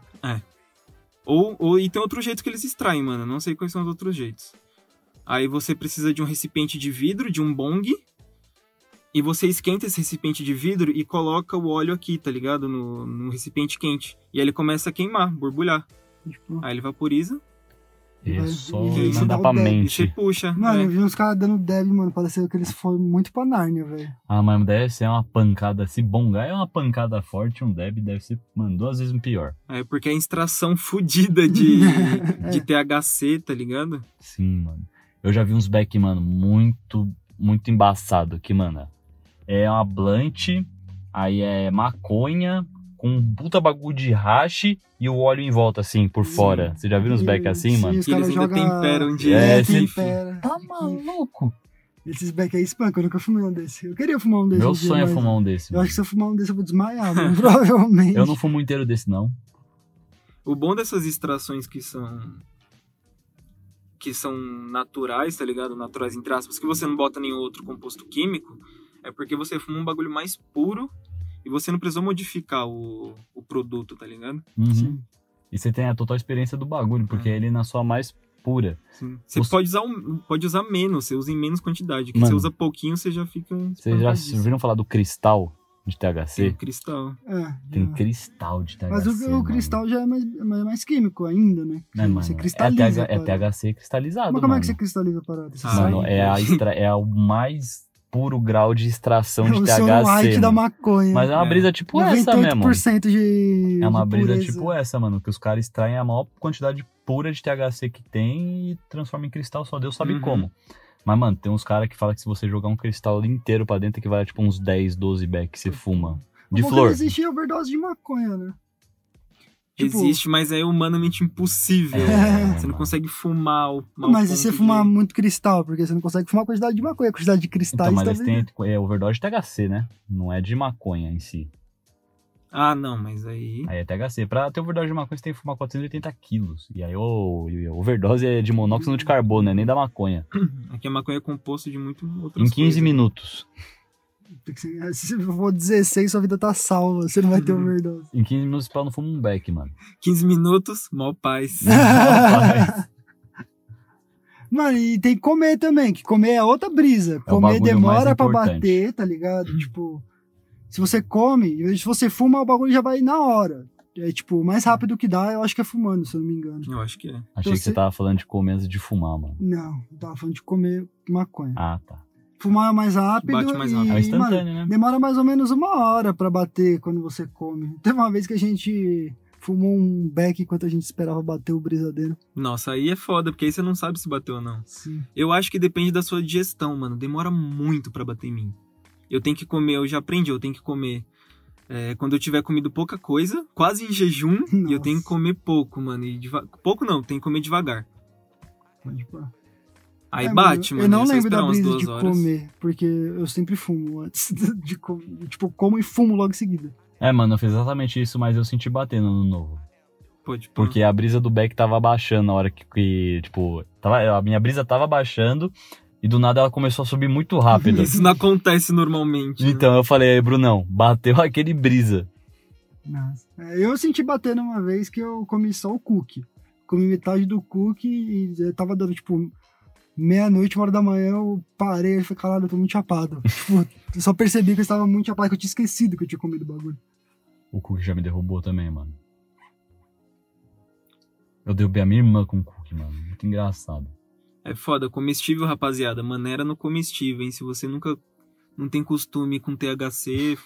A: Ou, ou e tem outro jeito que eles extraem, mano. Não sei quais são os outros jeitos. Aí você precisa de um recipiente de vidro, de um bong. E você esquenta esse recipiente de vidro e coloca o óleo aqui, tá ligado? No, no recipiente quente. E aí ele começa a queimar, borbulhar.
B: Tipo,
A: Aí ele vaporiza
C: E
B: Vai-
C: é só
B: e
A: isso
C: mandar
B: dá um o
C: pra
B: deve.
A: e você
C: mente.
A: puxa.
B: Mano, eu
A: né?
B: vi uns caras dando Deb, mano. Pareceu que eles foram muito pra Nárnia, velho.
C: Ah, mas deve ser uma pancada. Se bongar é uma pancada forte, um deb deve ser, mano, duas vezes pior.
A: É porque é extração [laughs] fodida de, de THC, tá ligado?
C: Sim, mano. Eu já vi uns back, mano, muito, muito embaçado aqui, mano. É uma blunt, aí é maconha, com um puta bagulho de hash e o óleo em volta, assim, por
B: Sim.
C: fora. Você já viu uns back assim,
B: Sim,
C: mano?
B: os
A: Que eles
B: caras
A: ainda
B: jogam-
A: temperam de
C: É,
B: É,
C: esse-
B: tempera.
C: Tá maluco?
B: Esses back aí espanca, eu nunca fumei um desse. Eu queria fumar um desse.
C: Meu
B: um dia,
C: sonho é
B: mas
C: fumar um desse,
B: Eu
C: mano.
B: acho que se eu fumar um desse eu vou
A: [laughs]
B: desmaiar, mano. Provavelmente.
C: Eu não fumo inteiro desse, não.
A: O bom dessas extrações que são que são naturais, tá ligado? Naturais entre aspas, que você não bota nenhum outro composto químico, é porque você fuma um bagulho mais puro e você não precisou modificar o, o produto, tá ligado?
C: Uhum. E você tem a total experiência do bagulho, porque
B: Ah.
C: ele é na sua mais pura.
A: Sim. Você
C: Os-
A: pode, usar, um- pode usar menos, você usa em menos quantidade. Que
C: Mano.
A: você usa pouquinho, você já fica.
C: Vocês já
A: espantadíssimo.
C: viram falar do cristal de THC?
A: Tem cristal.
B: É,
C: Tem
B: já.
C: cristal de THC.
B: Mas o, o
C: mano.
B: cristal já é mais, mais, mais químico ainda, né?
C: Né, mano?
B: você
C: é,
B: cristaliza.
C: TH, é
B: a parada.
C: THC cristalizado.
B: Mas como é que você
C: mano.
B: cristaliza a parada? Você
A: Ah,
B: sai?
C: Mano, é, a extra- é o mais puro grau
B: [laughs]
C: de extração de
B: É, o
C: THC.
B: seu um white da
C: mano.
B: maconha.
C: Mas é uma
A: É.
C: brisa tipo essa mesmo.
B: 98% de.
C: É uma
B: de
C: brisa
B: pureza.
C: tipo essa, mano. Que os caras extraem a maior quantidade pura de THC que tem e transformam em cristal, só Deus sabe
A: Uhum.
C: como. Mas, mano, tem uns caras que falam que se você jogar um cristal inteiro pra dentro, que vai tipo uns 10, 12 back que você
A: Uhum.
C: fuma. De
B: Bom,
C: flor.
B: quando Existe overdose de maconha, né? Tipo-
A: Existe, mas é humanamente impossível. [laughs]
C: É,
A: Você não
C: mano.
A: consegue fumar o ao
B: Mas e
A: ponto
B: você fumar
A: de-
B: muito cristal? Porque você não consegue fumar a quantidade de maconha. A quantidade de cristais tá
C: Então, mas eles
B: talvez.
C: têm é, overdose de THC, né? Não é de maconha em si.
A: Ah, não, mas aí.
C: Aí é THC. Pra ter overdose de maconha, você tem que fumar 480 quilos. E aí, ô, e a overdose é de monóxido de carbono, é nem da maconha.
A: Aqui a maconha é composto de muito outras
C: Em 15
A: coisas.
C: minutos.
B: Porque se- Se você for 16, sua vida tá salva. Você não vai ter overdose.
C: Em 15 minutos, pra não fuma um
B: [laughs]
C: beck, mano.
A: 15 minutos, mó paz.
B: Ah. Mano, e tem que comer também, que comer é outra brisa.
C: É o
B: Comer
C: bagulho
B: demora
C: mais
B: pra
C: importante.
B: bater, tá ligado? Tipo, se você come, se você fuma, o bagulho já vai na hora. É tipo, o mais rápido que dá, eu acho que é fumando, se eu não me engano.
A: Eu acho que é.
C: Achei que você
B: Você-
C: tava falando de comer antes de fumar, mano.
B: Não, eu tava falando de comer maconha.
C: Ah, tá.
B: Fumar é mais rápido.
A: Bate mais
B: e,
A: rápido.
C: É o instantâneo,
B: mano,
C: né?
B: Demora mais ou menos uma hora pra bater quando você come. [laughs] Teve uma vez que a gente fumou um beck enquanto a gente esperava bater o brisadeiro.
A: Nossa, aí é foda, porque aí você não sabe se bateu ou não.
B: Sim.
A: Eu acho que depende da sua digestão, mano. Demora muito pra bater em mim. Eu tenho que comer, eu já aprendi, eu tenho que comer. é, quando eu tiver comido pouca coisa, quase em jejum, e eu
B: Nossa.
A: tenho que comer pouco, mano. E deva- Pouco não, tem que comer devagar. Aí
B: É,
A: bate, mano.
B: Eu não
A: é só
B: lembro
A: esperar
B: da
A: umas
B: brisa
A: duas
B: de
A: horas.
B: comer, porque eu sempre fumo antes [laughs] de comer. Tipo, como e fumo logo em seguida.
C: É, mano, eu fiz exatamente isso, mas eu senti batendo no novo.
A: Pode, pô.
C: Porque a brisa do Beck tava baixando na hora que, que, tipo, tava, a minha brisa tava baixando e do nada ela começou a subir
B: [laughs]
C: muito rápido.
A: Isso não acontece normalmente. né?
C: então eu falei, Brunão, bateu aquele brisa.
B: Nossa. É, eu senti batendo uma vez que eu comi só o cookie. Comi metade do cookie e eh, tava dando, tipo, meia-noite, uma hora da manhã, eu parei e falei, caralho, eu tô muito chapado. [laughs] tipo, eu só percebi que eu estava muito chapado, que eu tinha esquecido que eu tinha comido o bagulho.
C: O Cook já me derrubou também, mano. Eu derrubei a minha irmã com o Cook, mano. Muito engraçado.
A: É foda, comestível, rapaziada. Maneira no comestível, hein? Se você nunca não tem costume com THC,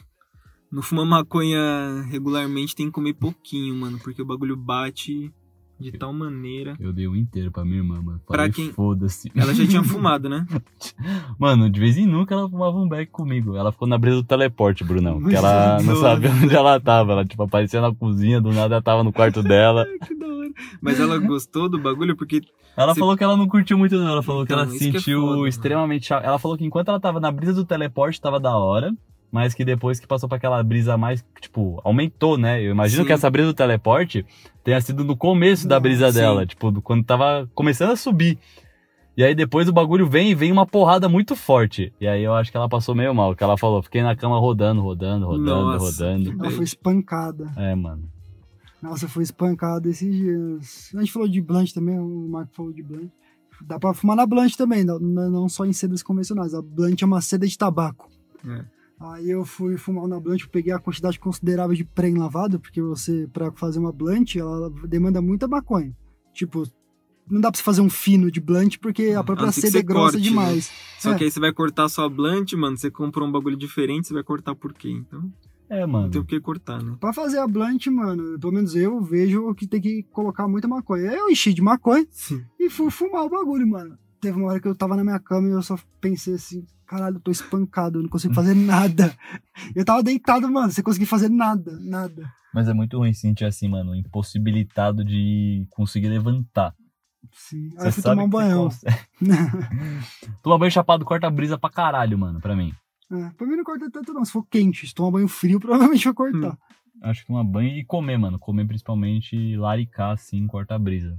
A: não fuma maconha regularmente, tem que comer pouquinho, mano, porque o bagulho bate de tal maneira.
C: Eu dei o inteiro pra minha irmã, mano.
A: Pra
C: Falei,
A: quem-
C: foda-se.
A: Ela já [laughs] tinha fumado, né?
C: Mano, de vez em nunca ela fumava um beck comigo. Ela ficou na brisa do teleporte, Brunão. Que
B: Mas
A: [laughs]
C: ela não
A: nossa.
C: sabia onde ela tava. Ela, tipo, aparecia na cozinha, do nada ela tava no quarto dela.
A: Que da hora. Mas ela gostou do bagulho porque
C: Ela
A: Você-
C: falou que ela não curtiu muito, não. Ela falou que
A: Então,
C: ela
A: isso que é
C: sentiu
A: foda, mano.
C: extremamente. cha- Ela falou que enquanto ela tava na brisa do teleporte, tava da hora. Mas que depois que passou pra aquela brisa mais, tipo, aumentou, né? Eu imagino
A: Sim.
C: que essa brisa do teleporte tenha sido no começo da brisa
A: Sim.
C: dela, tipo, do- quando tava começando a subir. E aí depois o bagulho vem e vem uma porrada muito forte. E aí eu acho que ela passou meio mal, que ela falou, fiquei na cama rodando, rodando, rodando,
A: Nossa,
C: rodando.
B: Ela
A: Bem.
B: foi espancada.
C: É, mano.
B: Nossa, foi espancada esses dias. A gente falou de blunt também, o Marco falou de blunt. Dá pra fumar na blunt também, não, não só em sedas convencionais. A blunt é uma seda de tabaco.
A: É.
B: Aí eu fui fumar na blunt, eu peguei a quantidade considerável de pré lavado, porque você, pra fazer uma blunt, ela demanda muita maconha. Tipo, não dá pra você fazer um fino de blunt, porque a
A: Hum, a
B: própria
A: não ser que
B: seda é
A: você
B: grossa
A: corte,
B: demais.
A: só
B: É.
A: que aí você vai cortar sua blunt, mano, você comprou um bagulho diferente, você vai cortar por quê? Então, não tem
C: É, mano.
A: o que cortar, né?
B: Pra fazer a blunt, mano, pelo menos eu vejo que tem que colocar muita maconha. Eu enchi de maconha
A: Sim.
B: e fui fumar o bagulho, mano. Teve uma hora que eu tava na minha cama e eu só pensei assim, caralho, eu tô espancado, eu não consigo fazer nada. Eu tava deitado, mano, sem conseguir fazer nada, nada.
C: Mas é muito ruim sentir assim, mano, impossibilitado de conseguir levantar.
B: Sim. Aí
C: Você
B: eu fui
C: sabe
B: tomar um
C: que você
B: banhão.
C: consegue. [laughs] Toma banho chapado, corta a brisa pra caralho, mano, pra mim.
B: [laughs] É, pra mim não corta tanto não. Se for quente, se tomar banho frio, [laughs] provavelmente vai cortar.
C: Acho que uma banho e comer, mano. Comer principalmente e laricar, assim, corta a brisa.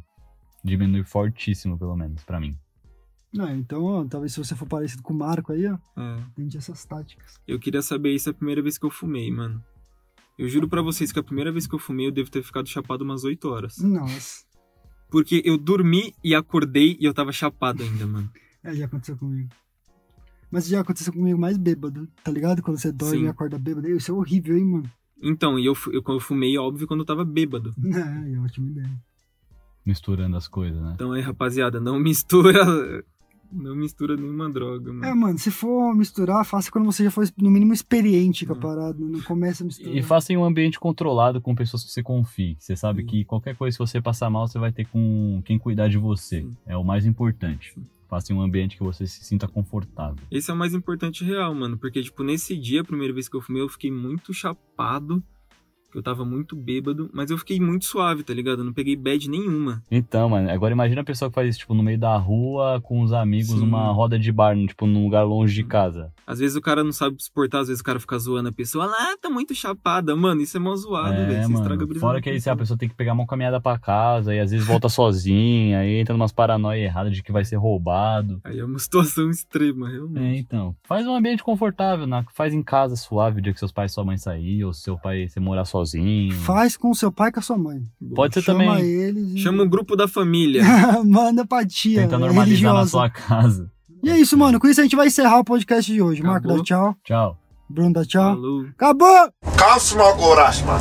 C: Diminui fortíssimo, pelo menos, pra mim. Hum.
B: Não, então, ó, talvez se você for parecido com o Marco aí, ó,
A: É.
B: tente essas táticas.
A: Eu queria saber isso é a primeira vez que eu fumei, mano. Eu juro pra vocês que a primeira vez que eu fumei eu devo ter ficado chapado umas 8 horas.
B: Nossa.
A: Porque eu dormi e acordei e eu tava chapado ainda, mano.
B: É, já aconteceu comigo. Mas já aconteceu comigo mais bêbado, tá ligado? Quando você dorme
A: Sim.
B: e acorda bêbado. Isso é horrível, hein, mano? [laughs]
A: Então, e eu, fu- eu, eu fumei, óbvio, quando eu tava bêbado.
B: É, é ótima ideia.
C: Misturando as coisas, né?
A: Então aí, rapaziada, não [laughs] mistura. Não mistura nenhuma droga,
C: Hum.
A: mano.
B: É, mano, se for misturar, faça quando você já for, no mínimo, experiente com a
A: Hum.
B: parada. Não começa a misturar.
C: E faça em um ambiente controlado com pessoas que você confie. que Você sabe
A: Sim.
C: que qualquer coisa que você passar mal, você vai ter com quem cuidar de você.
A: Sim.
C: É o mais importante. Faça em um ambiente que você se sinta confortável.
A: Esse é o mais importante real, mano. Porque, tipo, nesse dia, a primeira vez que eu fumei, eu fiquei muito chapado. que Eu tava muito bêbado, mas eu fiquei muito suave, tá ligado? Eu não peguei bad nenhuma.
C: Então, mano, agora imagina a pessoa que faz isso, tipo, no meio da rua, com os amigos,
A: Sim.
C: numa roda de bar, tipo, num lugar longe de casa.
A: Às vezes o cara não sabe suportar, às vezes o cara fica zoando a pessoa. Ah, tá muito chapada. Mano, isso é mó zoado, velho.
C: é,
A: Você estraga a
C: mano.
A: brisa.
C: Fora
A: da
C: que aí se
A: pessoa.
C: a pessoa tem que pegar uma caminhada pra casa, e às vezes volta sozinha, aí entra numas paranoias erradas de que vai ser roubado.
A: Aí é uma [laughs] situação extrema, realmente.
C: É, então. Faz um ambiente confortável, né? faz em casa suave o dia que seus pais e sua mãe sair, ou seu pai você morar sozinho.
B: Faz com seu pai e com a sua mãe.
C: Pode ser
B: Chama
C: também.
B: eles e...
A: Chama o grupo da família.
B: [laughs] Manda pra tia.
C: Tenta
B: é
C: normalizar na
B: religiosa.
C: sua casa.
B: E é isso, mano. Com isso a gente vai encerrar o podcast de hoje. Marco,
A: Acabou.
B: dá tchau.
C: Tchau.
B: Bruno, dá tchau.
A: Falou.
B: Acabou!
E: Come smoke with us, man.